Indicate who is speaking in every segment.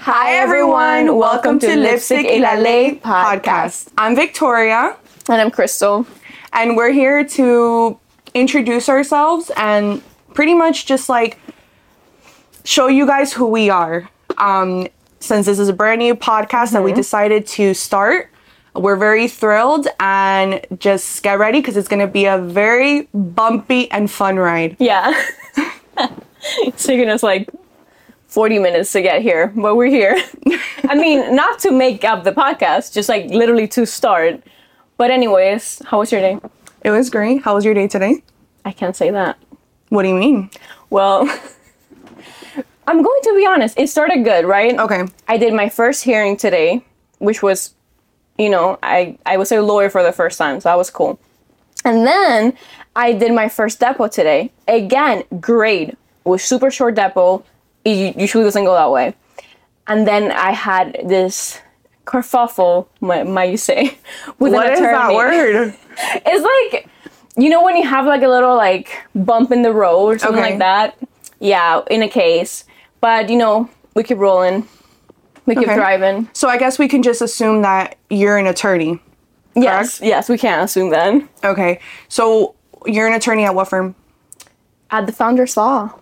Speaker 1: Hi everyone, welcome to Lipstick et la Lay podcast. I'm Victoria
Speaker 2: And I'm Crystal.
Speaker 1: and we're here to introduce ourselves and pretty much just like show you guys who we are. Um, since this is a brand new podcast that we decided to start, we're very thrilled and just get ready because it's going to be a very bumpy and fun ride.
Speaker 2: Yeah. it's taken us like 40 minutes to get here, but we're here. I mean, not to make up the podcast, just like literally to start. But, anyways, how was your day?
Speaker 1: It was great. How was your day today?
Speaker 2: I can't say that.
Speaker 1: What do you mean?
Speaker 2: Well, I'm going to be honest. It started good, right?
Speaker 1: Okay.
Speaker 2: I did my first hearing today, which was, you know, I, I was a lawyer for the first time, so that was cool. And then I did my first depot today. Again, great. It was super short depot. It u- usually doesn't go that way. And then I had this kerfuffle, my, my you say, with
Speaker 1: What
Speaker 2: an
Speaker 1: is
Speaker 2: attorney.
Speaker 1: that word?
Speaker 2: It's like, you know, when you have like a little like bump in the road or something
Speaker 1: Okay.
Speaker 2: like that. Yeah, in a case. But, you know, we keep rolling. We keep
Speaker 1: Okay.
Speaker 2: driving.
Speaker 1: So I guess we can just assume that you're an attorney.
Speaker 2: Yes, yes, we can assume then.
Speaker 1: Okay. So you're an attorney at what firm?
Speaker 2: At the Founders Law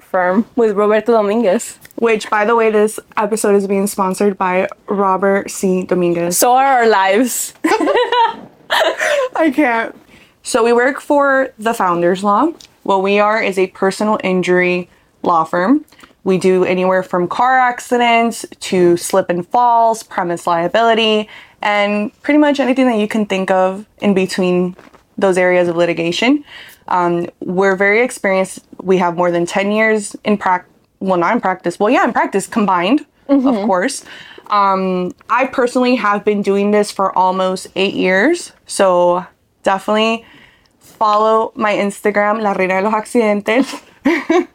Speaker 2: firm with Roberto Dominguez.
Speaker 1: Which, by the way, this episode is being sponsored by Robert C. Dominguez.
Speaker 2: So are our lives.
Speaker 1: I can't. So we work for the Founders Law. What we are is a personal injury law firm. We do anywhere from car accidents to slip and falls, premise liability, and pretty much anything that you can think of in between those areas of litigation. Um, we're very experienced. We have more than 10 years in practice, well, not in practice, well, yeah, in practice combined, of course. Um, I personally have been doing this for almost eight years. So definitely follow my Instagram, La Reina de los Accidentes.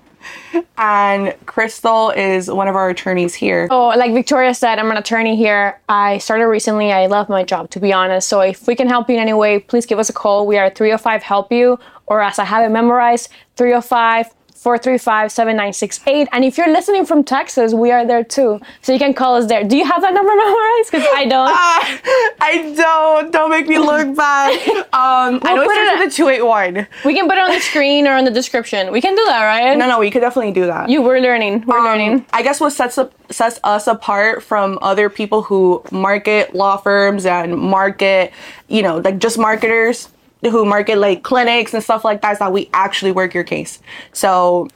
Speaker 1: and Crystal is one of our attorneys here.
Speaker 3: So, like Victoria said, I'm an attorney here. I started recently. I love my job, to be honest. So, if we can help you in any way, please give us a call. We are 305 Help You, or as I have it memorized, 305 435 7968. And if you're listening from Texas, we are there too. So, you can call us there. Do you have that number memorized? Because I don't.
Speaker 1: I don't. Don't make me look bad. Um, I know it
Speaker 3: put it
Speaker 1: starts with a 281.
Speaker 3: we can put it on the screen or on the description. We can do that, right?
Speaker 1: No, no, we could definitely do that.
Speaker 3: You were learning. We're learning.
Speaker 1: Um, I guess what sets up sets us apart from other people who market law firms and market, you know, like just marketers who market like clinics and stuff like that is that we actually work your case. So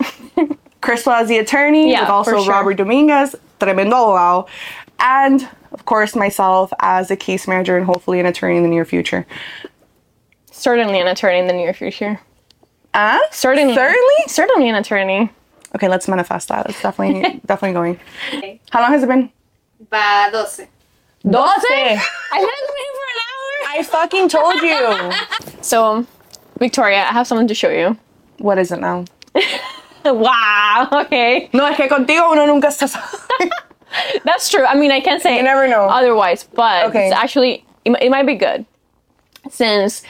Speaker 1: Crystal as the attorney,
Speaker 3: Yeah,
Speaker 1: with also
Speaker 3: for sure.
Speaker 1: Robert Dominguez, tremendo abogado, and of course myself as a case manager and hopefully an attorney in the near future.
Speaker 3: Certainly an attorney in the near future.
Speaker 1: Uh,
Speaker 3: Certainly.
Speaker 1: Certainly?
Speaker 3: Certainly an attorney.
Speaker 1: okay, let's manifest that. It's definitely definitely going. How long has it been?
Speaker 4: Va 12.
Speaker 3: Doce? I had it waiting for an hour.
Speaker 1: I fucking told you.
Speaker 3: So, Victoria, I have something to show you.
Speaker 1: what is it now?
Speaker 3: Wow. Okay,
Speaker 1: No, es que contigo uno nunca está
Speaker 3: that's true. I mean, I can't say
Speaker 1: You never know.
Speaker 3: otherwise, but
Speaker 1: Okay.
Speaker 3: it's actually, it, mi- it might be good since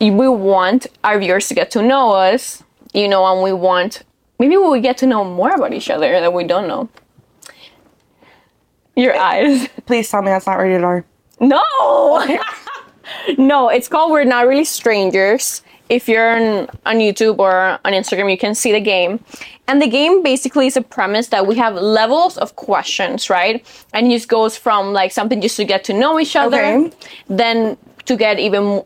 Speaker 3: we want our viewers to get to know us, you know, and we want maybe we will get to know more about each other that we don't know. Your eyes.
Speaker 1: Please tell me that's not rated R.
Speaker 3: No! no, it's called We're Not Really Strangers. If you're on, on YouTube or on Instagram, you can see the game. And the game basically is a premise that we have levels of questions, right? And it just goes from like something just to get to know each other,
Speaker 1: Okay.
Speaker 3: then to get even m-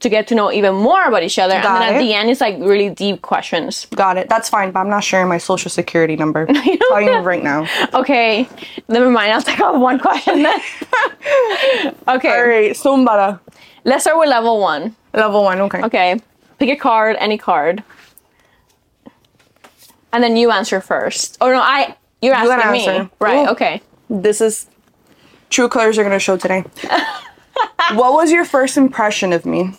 Speaker 3: to get to know even more about each other,
Speaker 1: Got
Speaker 3: and then at
Speaker 1: it.
Speaker 3: the end it's like really deep questions.
Speaker 1: Got it. That's fine, but I'm not sharing my social security number. I'm telling you right now.
Speaker 3: Okay, never mind. I'll take off one question then. okay,
Speaker 1: All right, Sumbara.
Speaker 3: let's start with level one.
Speaker 1: Level one, okay.
Speaker 3: Okay. Pick a card, any card. And then you answer first. Oh no, I you're
Speaker 1: You
Speaker 3: asking
Speaker 1: gotta
Speaker 3: me.
Speaker 1: answer.
Speaker 3: Right,
Speaker 1: Ooh.
Speaker 3: okay.
Speaker 1: This is true colors are gonna show today. what was your first impression of me?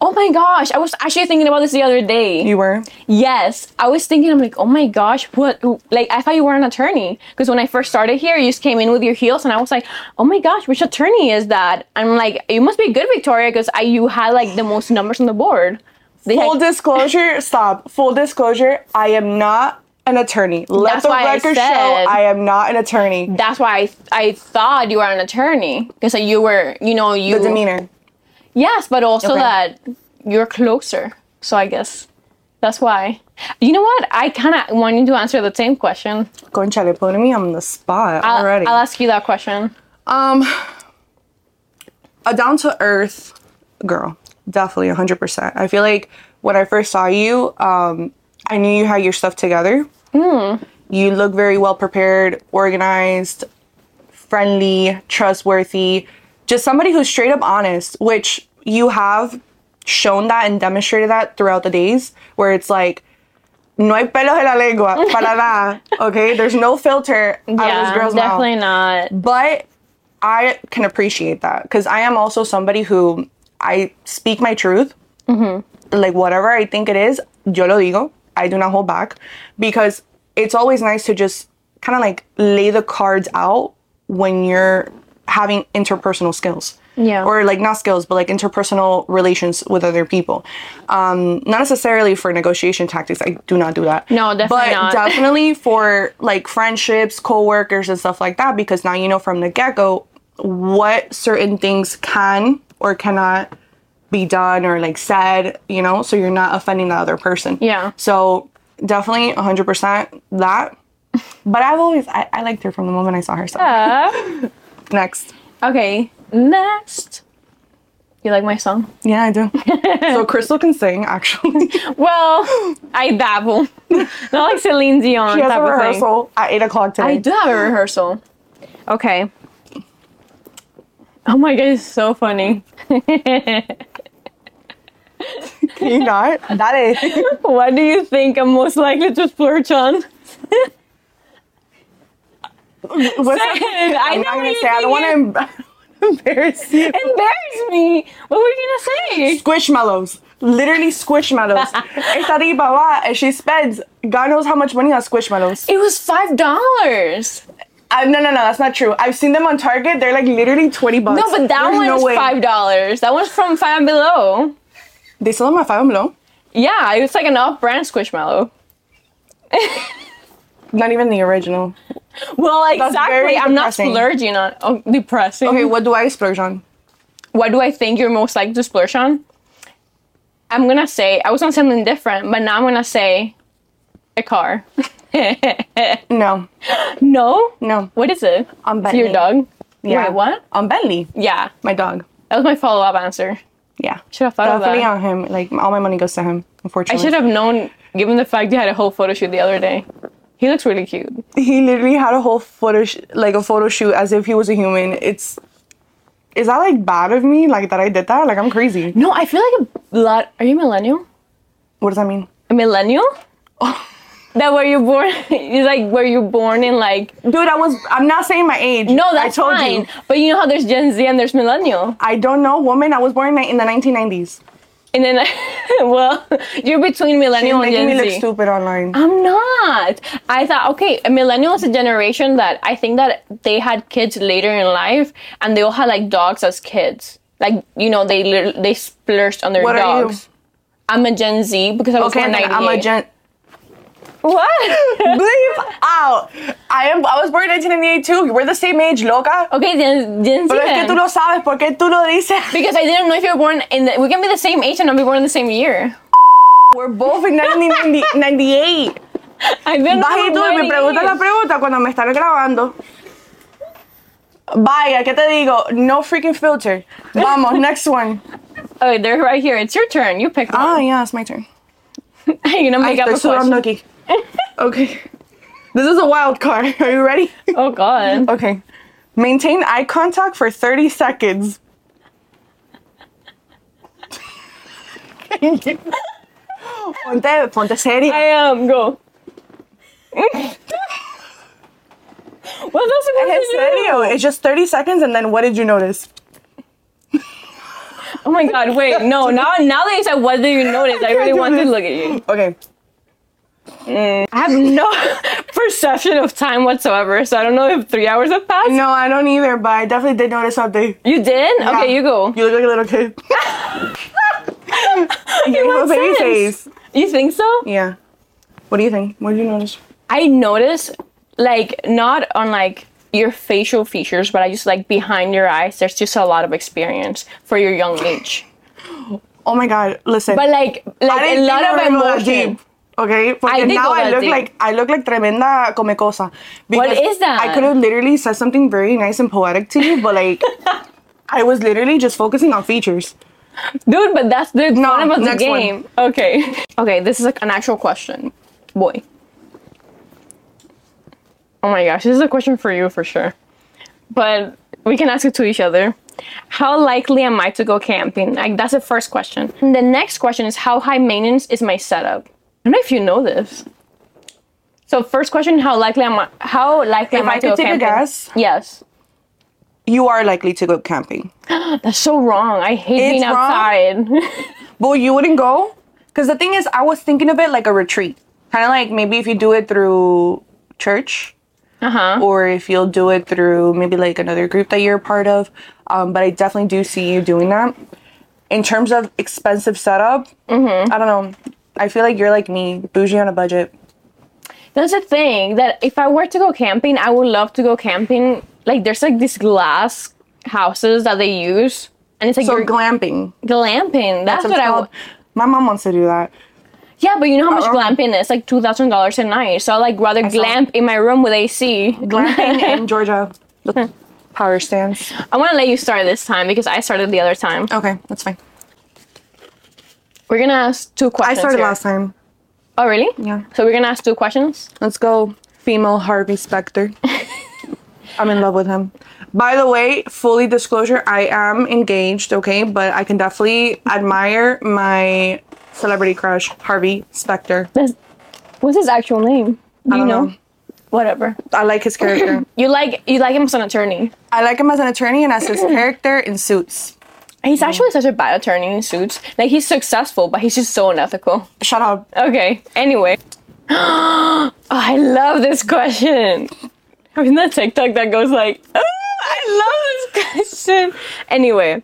Speaker 3: Oh my gosh, I was actually thinking about this the other day.
Speaker 1: You were?
Speaker 3: Yes, I was thinking I'm like, "Oh my gosh, what who- like I thought you were an attorney because when I first started here, you just came in with your heels and I was like, "Oh my gosh, which attorney is that?" I'm like, "You must be good, Victoria, because I you had like the most numbers on the board." They
Speaker 1: Full
Speaker 3: had-
Speaker 1: disclosure, stop. Full disclosure, I am not an attorney. Let
Speaker 3: That's
Speaker 1: the
Speaker 3: why I
Speaker 1: record
Speaker 3: said-
Speaker 1: show I am not an attorney.
Speaker 3: That's why I, I thought you were an attorney because like, you were, you know, you
Speaker 1: The demeanor.
Speaker 3: Yes, but also
Speaker 1: Okay.
Speaker 3: that you're closer. So I guess that's why. You know what? I kind of wanted to answer the same question.
Speaker 1: Conchale, putting me on the spot
Speaker 3: I'll,
Speaker 1: already.
Speaker 3: I'll ask you that question.
Speaker 1: Um, a down to earth girl, definitely 100%. I feel like when I first saw you, um, I knew you had your stuff together. You look very well prepared, organized, friendly, trustworthy, just somebody who's straight up honest, which you have shown that and demonstrated that throughout the days where it's like, no hay pelos en la lengua, para nada. Okay, there's no filter out of this girl's mouth
Speaker 3: definitely not.
Speaker 1: but I can appreciate that because I am also somebody who I speak my truth. Like whatever I think it is, yo lo digo. I do not hold back because it's always nice to just kind of like lay the cards out when you're having interpersonal skills.
Speaker 3: Yeah.
Speaker 1: Or like not skills, but like interpersonal relations with other people. Um, not necessarily for negotiation tactics. I do not do that.
Speaker 3: No, definitely
Speaker 1: but
Speaker 3: not.
Speaker 1: definitely for like friendships, coworkers, and stuff like that, because now you know from the get go what certain things can or cannot be done or like said, you know, so you're not offending the other person.
Speaker 3: Yeah.
Speaker 1: So definitely 100% that. But I've always, I, I liked her from the moment I saw her. So
Speaker 3: Uh,
Speaker 1: next.
Speaker 3: okay, next. You like my song?
Speaker 1: Yeah, I do. so Crystal can sing actually. she
Speaker 3: Well, I dabble. not like Celine Dion
Speaker 1: has
Speaker 3: type
Speaker 1: a
Speaker 3: of thing.
Speaker 1: rehearsal at 8 o'clock today.
Speaker 3: I do have a rehearsal. Okay. Oh my god, it's so funny.
Speaker 1: Can you not? That is.
Speaker 3: What do you think I'm most likely to splurge on?
Speaker 1: What's
Speaker 3: I
Speaker 1: I'm
Speaker 3: know what
Speaker 1: not gonna
Speaker 3: you
Speaker 1: say. I don't want to embarrass you.
Speaker 3: Embarrass me. What were you gonna say?
Speaker 1: Squishmallows, literally squishmallows. Esta diva va and she spends God knows how much money on squishmallows.
Speaker 3: It was five dollars.
Speaker 1: Uh, no, no, no, that's not true. I've seen them on Target. They're like literally twenty bucks.
Speaker 3: No, but that
Speaker 1: There's
Speaker 3: one
Speaker 1: no
Speaker 3: is
Speaker 1: way.
Speaker 3: five dollars. That one's from Five and Below.
Speaker 1: They sell them at five and below.
Speaker 3: Yeah, it's like an off-brand Squishmallow.
Speaker 1: Not even the original.
Speaker 3: Well,
Speaker 1: very
Speaker 3: exactly. I'm not
Speaker 1: depressing.
Speaker 3: splurging on. Oh, depressing.
Speaker 1: Okay, what do I splurge on?
Speaker 3: what do I think you're most likely to splurge on? I'm gonna say I was on something different, but now I'm gonna say a car.
Speaker 1: No,
Speaker 3: no,
Speaker 1: no,
Speaker 3: what is it?
Speaker 1: On
Speaker 3: It's your
Speaker 1: Bentley.
Speaker 3: dog.
Speaker 1: Yeah.
Speaker 3: Wait, what?
Speaker 1: on Bentley,
Speaker 3: Yeah,
Speaker 1: my dog.
Speaker 3: that was my follow-up answer.
Speaker 1: Yeah,
Speaker 3: Should have thought
Speaker 1: definitely
Speaker 3: of that.
Speaker 1: on him. Like all my money goes to him.
Speaker 3: I
Speaker 1: Unfortunately,
Speaker 3: should have known, given the fact you had a whole photo shoot the other day. He looks really cute.
Speaker 1: he literally had a whole photo sh- like a photo shoot as if he was a human it's is that like bad of me like that i did that like i'm crazy
Speaker 3: No, I feel like a lot. Are you millennial?
Speaker 1: what does that mean
Speaker 3: A millennial? that were you born? you like were you born in like?
Speaker 1: dude i was i'm not saying my age
Speaker 3: No, that's
Speaker 1: i told
Speaker 3: fine.
Speaker 1: you
Speaker 3: But you know how there's Gen Z and there's millennial.
Speaker 1: i don't know woman i was born ni- in the 1990s
Speaker 3: And then, well, you're between millennial
Speaker 1: you're
Speaker 3: and
Speaker 1: making me
Speaker 3: Gen
Speaker 1: look
Speaker 3: Z.
Speaker 1: stupid online
Speaker 3: I'm not. I thought, okay, a millennial is a generation that I think that they had kids later in life, and they all had like dogs as kids. Like you know, they lit- they splurged on their
Speaker 1: What are you?
Speaker 3: dogs. I'm a Gen Z because I was
Speaker 1: okay
Speaker 3: born
Speaker 1: then i'm a
Speaker 3: 98.
Speaker 1: gen
Speaker 3: What?
Speaker 1: bleep out i am i was born in 1998 too we're the same age loca
Speaker 3: okay, then Gen Z.
Speaker 1: Pero es que tú
Speaker 3: Then.
Speaker 1: no sabes por qué tú lo dices.
Speaker 3: Because I didn't know if you were born in. The, we can be the same age and not be born in the same year.
Speaker 1: We're both in 1998.
Speaker 3: I didn't
Speaker 1: Vas y tú y
Speaker 3: know.
Speaker 1: me preguntas la pregunta cuando me están grabando. Vaya, ¿qué te digo? No freaking filter. Vamos, next one.
Speaker 3: Oh, they're right here. It's your turn. You pick.
Speaker 1: Ah,
Speaker 3: one.
Speaker 1: yeah, it's my turn.
Speaker 3: You're gonna make up
Speaker 1: Estoy
Speaker 3: a question.
Speaker 1: sudando aquí. Okay. This is a wild card. Are you ready?
Speaker 3: Oh God.
Speaker 1: Okay. Maintain eye contact for 30 seconds. ponte, ponte
Speaker 3: I
Speaker 1: seria.
Speaker 3: am. Go. what else am
Speaker 1: En
Speaker 3: I
Speaker 1: serio, it's just 30 seconds and then what did you notice?
Speaker 3: Oh my God! Wait, no. Now, now that you said, what do you notice? I really
Speaker 1: do
Speaker 3: want to
Speaker 1: this.
Speaker 3: look at you.
Speaker 1: Okay.
Speaker 3: I have no perception of time whatsoever, so I don't know if three hours have passed.
Speaker 1: No, I don't either, but I definitely did notice something.
Speaker 3: You did? Okay,
Speaker 1: Yeah.
Speaker 3: you go.
Speaker 1: You look like a little kid. you have a
Speaker 3: what
Speaker 1: baby
Speaker 3: sense?
Speaker 1: face.
Speaker 3: You think so?
Speaker 1: Yeah. What do you think? What did you notice?
Speaker 3: I notice like not on like your facial features, but I just like behind your eyes. There's just a lot of experience for your young age.
Speaker 1: Oh my god, listen.
Speaker 3: But like
Speaker 1: I
Speaker 3: like a
Speaker 1: didn't
Speaker 3: lot of
Speaker 1: think I would go that
Speaker 3: emotion.
Speaker 1: deep. Okay,
Speaker 3: I
Speaker 1: porque
Speaker 3: did
Speaker 1: now
Speaker 3: go
Speaker 1: I
Speaker 3: that
Speaker 1: look
Speaker 3: deep.
Speaker 1: like I look like tremenda come cosa. Because
Speaker 5: is that?
Speaker 1: I could have literally said something very nice and poetic to you, but like I was literally just focusing on features.
Speaker 3: Dude, but that's the
Speaker 1: No,
Speaker 3: fun about the
Speaker 1: next one.
Speaker 3: game. Okay. Okay, this is like an actual question. Boy. Oh my gosh, this is a question for you for sure. But we can ask it to each other. How likely am I to go camping? Like that's the first question. And the next question is how high maintenance is my setup? I don't know if you know this. So first question, how likely am I how likely
Speaker 1: If
Speaker 3: am I,
Speaker 1: I
Speaker 3: to
Speaker 1: could
Speaker 3: go
Speaker 1: take a
Speaker 3: camping?
Speaker 1: guess.
Speaker 3: Yes.
Speaker 1: You are likely to go camping.
Speaker 3: That's so wrong. I hate
Speaker 1: It's
Speaker 3: being
Speaker 1: wrong?
Speaker 3: outside.
Speaker 1: But you wouldn't go? Because the thing is I was thinking of it like a retreat. Kinda like maybe if you do it through church.
Speaker 3: uh-huh.
Speaker 1: Or if you'll do it through maybe like another group that you're a part of. Um, but I definitely do see you doing that. In terms of expensive setup,
Speaker 3: Mm-hmm.
Speaker 1: I don't know. I feel like you're like me, bougie on a budget.
Speaker 3: That's the thing that if I were to go camping, I would love to go camping. Like there's like these glass houses that they use, and it's like
Speaker 1: So
Speaker 3: you're
Speaker 1: glamping.
Speaker 3: glamping. That's,
Speaker 1: That's
Speaker 3: what I.
Speaker 1: called.
Speaker 3: would.
Speaker 1: My mom wants to do that.
Speaker 3: Yeah, but you know how much
Speaker 1: Uh-uh.
Speaker 3: glamping is? Like two thousand dollars a night. So I like rather
Speaker 1: saw-
Speaker 3: glamp in my room with AC.
Speaker 1: Glamping in Georgia.
Speaker 3: Hmm.
Speaker 1: The power stands.
Speaker 3: I want to let you start this time because I started the other time.
Speaker 1: Okay, that's fine.
Speaker 3: We're gonna ask two
Speaker 1: I
Speaker 3: questions.
Speaker 1: started
Speaker 3: here.
Speaker 1: last time.
Speaker 3: Oh really?
Speaker 1: Yeah.
Speaker 3: So we're gonna ask two questions.
Speaker 1: Let's go, female Harvey Specter. I'm in love with him. By the way, fully disclosure, I am engaged, okay? But I can definitely admire my celebrity crush, Harvey Specter.
Speaker 3: That's, what's his actual name? Do you
Speaker 1: don't
Speaker 3: know?
Speaker 1: know.
Speaker 3: Whatever.
Speaker 1: I like his character.
Speaker 3: You like you like him as an attorney.
Speaker 1: I like him as an attorney and as his character in suits.
Speaker 3: He's actually such a bad attorney in suits. Like he's successful, but he's just so unethical.
Speaker 1: Shut up.
Speaker 3: Okay. Anyway. Oh, I love this question. I've seen that TikTok that goes like, oh, I love this question. Anyway,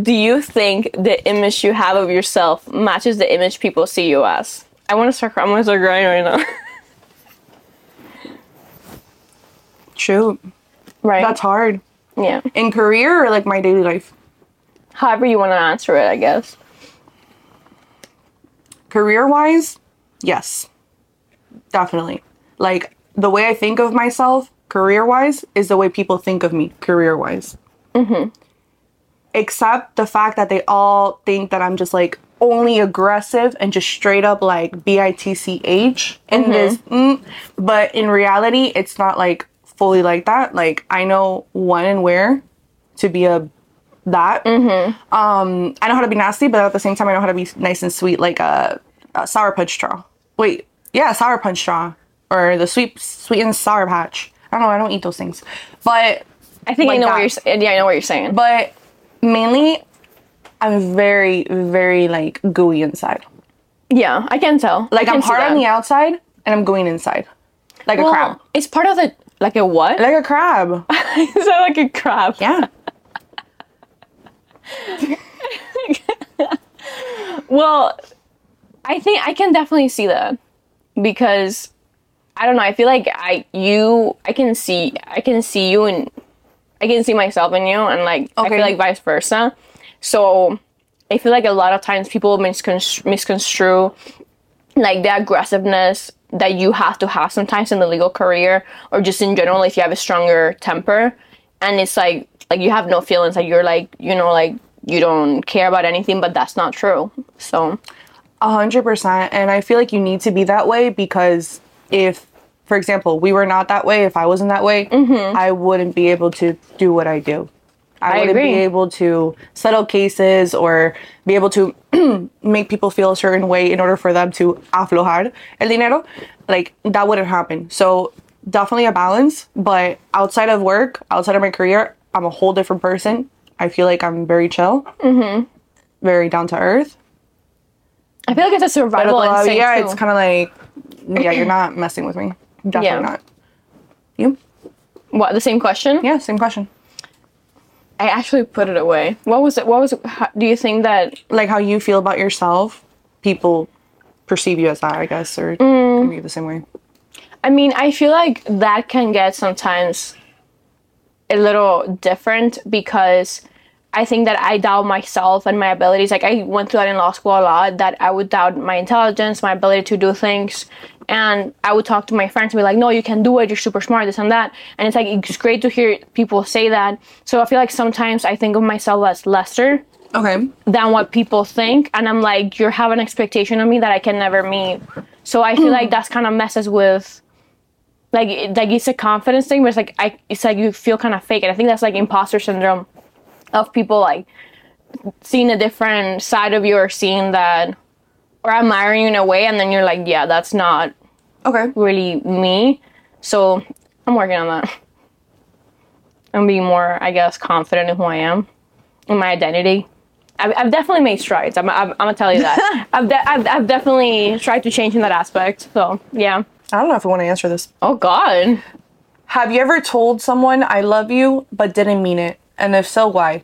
Speaker 3: do you think the image you have of yourself matches the image people see you as? I want to start. cry- I'm gonna start crying right now.
Speaker 1: Shoot.
Speaker 3: right.
Speaker 1: That's hard.
Speaker 3: yeah.
Speaker 1: In career or like my daily life?
Speaker 3: However you want to answer it, I guess.
Speaker 1: career wise, yes, definitely. Like the way I think of myself, career wise, is the way people think of me, career wise. Except the fact that they all think that I'm just like only aggressive and just straight up like B I T C H in this. Mm. But in reality, it's not like fully like that. Like I know when and where to be a that. Um, I know how to be nasty, but at the same time, I know how to be nice and sweet, like uh, a, a sour punch straw. Wait, yeah, sour punch straw or the sweet sweet and sour patch. I don't know. I don't eat those things, but
Speaker 3: I think I
Speaker 1: Like
Speaker 3: know what
Speaker 1: that.
Speaker 3: you're. s- Yeah, I know what you're saying.
Speaker 1: but mainly, I'm very very like gooey inside.
Speaker 3: yeah, I can tell.
Speaker 1: Like
Speaker 3: I
Speaker 1: I'm
Speaker 3: can see
Speaker 1: hard on
Speaker 3: that.
Speaker 1: the outside and I'm gooey inside, like a
Speaker 3: Well,
Speaker 1: crab.
Speaker 3: It's part of the like a what?
Speaker 1: Like a crab.
Speaker 3: Is that like a crab?
Speaker 1: Yeah.
Speaker 3: Well, I think I can definitely see that because I don't know. I feel like I you I can see I can see you and I can see myself in you and like I
Speaker 1: Okay.
Speaker 3: feel like vice versa. So I feel like a lot of times people misconstru- misconstrue like the aggressiveness that you have to have sometimes in the legal career or just in general if you have a stronger temper and it's like like you have no feelings like you're like you know like you don't care about anything but that's not true so
Speaker 1: A hundred percent. And I feel like you need to be that way because if, for example, we were not that way, if I wasn't that way, I wouldn't be able to do what I do. I,
Speaker 3: I
Speaker 1: wouldn't
Speaker 3: agree.
Speaker 1: be able to settle cases or be able to make people feel a certain way in order for them to aflojar el dinero. Like that wouldn't happen. So definitely a balance. But outside of work, outside of my career, I'm a whole different person. I feel like I'm very chill, very down to earth.
Speaker 3: i feel like it's a
Speaker 1: Pero
Speaker 3: survival
Speaker 1: todavía,
Speaker 3: instinct
Speaker 1: uh, yeah,
Speaker 3: too.
Speaker 1: it's kind of like, yeah, you're not messing with me. Definitely
Speaker 3: Yeah.
Speaker 1: not. You?
Speaker 3: what the same question
Speaker 1: Yeah, same question.
Speaker 3: i actually put it away what was it what was it, how, do you think that
Speaker 1: Like how you feel
Speaker 3: Mm.
Speaker 1: about yourself, people perceive you as that, I guess, or can be the same way.
Speaker 3: I mean, I feel like that can get sometimes a little different because I think that I doubt myself and my abilities. Like I went through that in law school a lot that I would doubt my intelligence, my ability to do things. And I would talk to my friends and be like, no, you can do it. You're super smart, this and that. And it's like, it's great to hear people say that. So I feel like sometimes I think of myself as lesser
Speaker 1: Okay.
Speaker 3: than what people think and i'm like you have an expectation of me that i can never meet so i feel like that's kind of messes with like it- like it's a confidence thing but it's like i it's like you feel kind of fake and i think that's like imposter syndrome of people like seeing a different side of you or seeing that or admiring you in a way and then you're like yeah that's not
Speaker 1: Okay.
Speaker 3: really me so i'm working on that i'm being more i guess confident in who i am in my identity I've, I've definitely made strides. I'm, I'm, I'm gonna tell you that. I've, de- I've, I've definitely tried to change in that aspect. So yeah.
Speaker 1: I don't know if I want to answer this.
Speaker 3: Oh God.
Speaker 1: Have you ever told someone I love you but didn't mean it? And if so, why?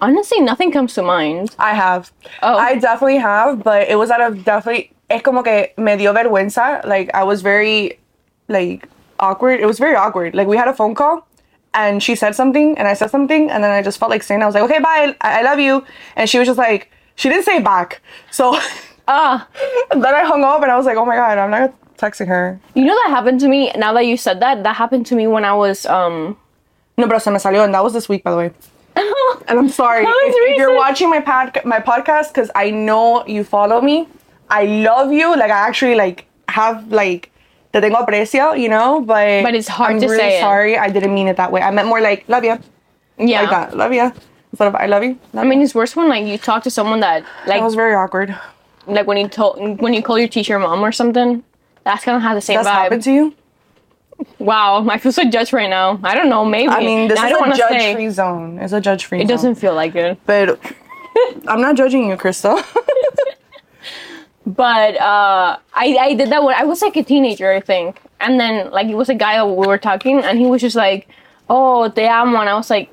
Speaker 3: Honestly, nothing comes to mind.
Speaker 1: I have.
Speaker 3: Oh.
Speaker 1: I definitely have, but it was out of definitely. Es como que me dio vergüenza. Like I was very, like awkward. It was very awkward. Like we had a phone call, and she said something, and I said something, and then I just felt like saying I was like, okay, bye, I, I love you, and she was just like, she didn't say back. So
Speaker 3: Ah,
Speaker 1: then I hung up, and I was like, oh my god, I'm not texting her.
Speaker 3: you know that happened to me. Now that you said that, that happened to me when I was um.
Speaker 1: No, pero se me salió, and that was this week, by the way. And I'm sorry
Speaker 3: That was
Speaker 1: if, if you're
Speaker 3: recent.
Speaker 1: watching my pod- my podcast because I know you follow me. I love you. Like I actually like have like te tengo aprecio, you know. But
Speaker 3: But it's hard
Speaker 1: I'm
Speaker 3: to
Speaker 1: really
Speaker 3: say it.
Speaker 1: sorry. I didn't mean it that way. I meant more like love you,
Speaker 3: yeah.
Speaker 1: like that, love you. Instead of I love you.
Speaker 3: I mean, it's worse when like you talk to someone that like
Speaker 1: that was very awkward.
Speaker 3: like when you told when you call your teacher mom or something. That's kind of has the same
Speaker 1: That's
Speaker 3: vibe.
Speaker 1: happened to you.
Speaker 3: Wow, I feel so judged right now. I don't know. Maybe.
Speaker 1: I mean, this
Speaker 3: I
Speaker 1: is
Speaker 3: don't
Speaker 1: a
Speaker 3: wanna
Speaker 1: judge
Speaker 3: say.
Speaker 1: free zone. It's a judge free.
Speaker 3: It doesn't feel like it.
Speaker 1: But I'm not judging you, Crystal.
Speaker 3: but uh, I, I did that when I was like a teenager, I think. And then like it was a guy that we were talking, and he was just like, "Oh, te amo," and I was like,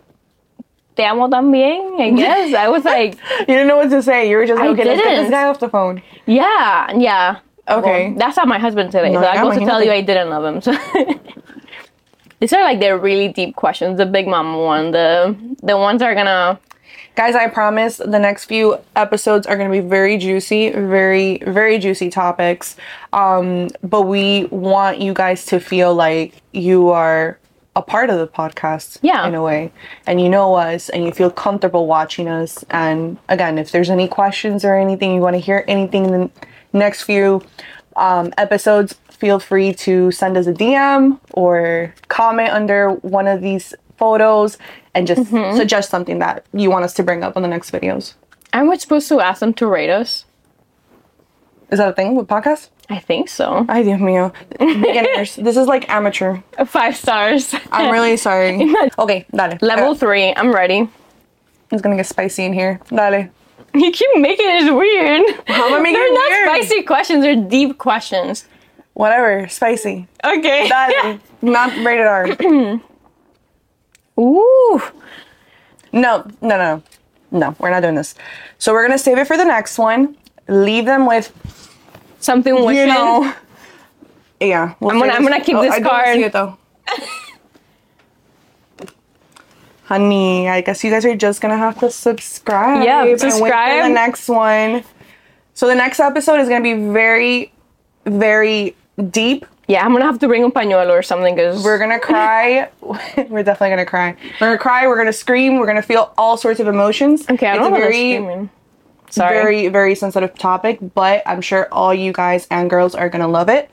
Speaker 3: "Te amo también," I guess. I was like,
Speaker 1: you didn't know what to say. You were just like,
Speaker 3: I
Speaker 1: okay, let's get this
Speaker 3: didn't.
Speaker 1: guy off the phone.
Speaker 3: "Yeah, yeah."
Speaker 1: Okay.
Speaker 3: Well, that's not my husband today.
Speaker 1: No,
Speaker 3: so I'm
Speaker 1: yeah,
Speaker 3: supposed to tell you
Speaker 1: imagínate.
Speaker 3: I didn't love him. So. These are like the really deep questions, the big mama one, the the ones that are gonna
Speaker 1: Guys, I promise the next few episodes are going to be very juicy, very, very juicy topics. Um, but we want you guys to feel like you are a part of the podcast
Speaker 3: Yeah.
Speaker 1: in a way and you know us and you feel comfortable watching us and again if there's any questions or anything you want to hear anything in the next few um, episodes feel free to send us a dm or comment under one of these photos and just
Speaker 3: Mm-hmm.
Speaker 1: suggest something that you want us to bring up on the next videos
Speaker 3: and we're supposed to ask them to rate us.
Speaker 1: is that a thing with podcasts?
Speaker 3: I think so.
Speaker 1: Ay, Dios mío. Beginners. this is like amateur.
Speaker 3: Five stars.
Speaker 1: I'm really sorry. Okay, dale.
Speaker 3: Level
Speaker 1: Uh,
Speaker 3: three. I'm ready.
Speaker 1: It's gonna get spicy in here. Dale.
Speaker 3: You keep making it weird.
Speaker 1: How am I making
Speaker 3: They're
Speaker 1: it
Speaker 3: not
Speaker 1: weird?
Speaker 3: spicy questions, they're deep questions.
Speaker 1: Whatever. Spicy.
Speaker 3: Okay.
Speaker 1: Dale. Not rated R.
Speaker 3: Ooh.
Speaker 1: No, no, no, no. We're not doing this. So we're gonna save it for the next one. Leave them with
Speaker 3: Something wishing.
Speaker 1: you know. Yeah, we'll
Speaker 3: I'm gonna-
Speaker 1: save
Speaker 3: I'm gonna keep this
Speaker 1: Oh, I do wanna
Speaker 3: card.
Speaker 1: see it, though. Honey, I guess you guys are just gonna have to subscribe.
Speaker 3: Yeah,
Speaker 1: and wait for
Speaker 3: subscribe.
Speaker 1: the next one. So the next episode is gonna be very, very deep.
Speaker 3: Yeah, I'm gonna have to bring a pañuelo or something because
Speaker 1: We're gonna cry. we're definitely gonna cry. We're gonna cry. We're gonna scream. We're gonna feel all sorts of emotions.
Speaker 3: Okay, I
Speaker 1: It's
Speaker 3: don't
Speaker 1: a
Speaker 3: know.
Speaker 1: very-
Speaker 3: Very, Sorry.
Speaker 1: very very sensitive topic but i'm sure all you guys and girls are gonna love it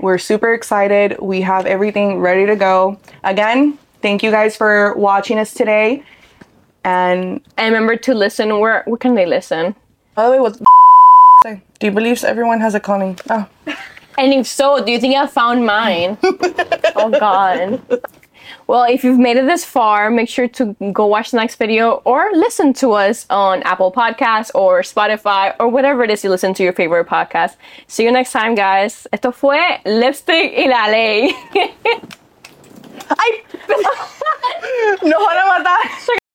Speaker 1: we're super excited we have everything ready to go again thank you guys for watching us today and
Speaker 3: and remember to listen. Where where can they listen?
Speaker 1: by the way what the say? do you believe everyone has a calling oh
Speaker 3: And if so, do you think I found mine? oh God. Well, if you've made it this far, make sure to go watch the next video or listen to us on Apple Podcasts or Spotify or whatever it is you listen to your favorite podcast. See you next time, guys. Esto fue Lipstick y la Ley.
Speaker 1: i no van a matar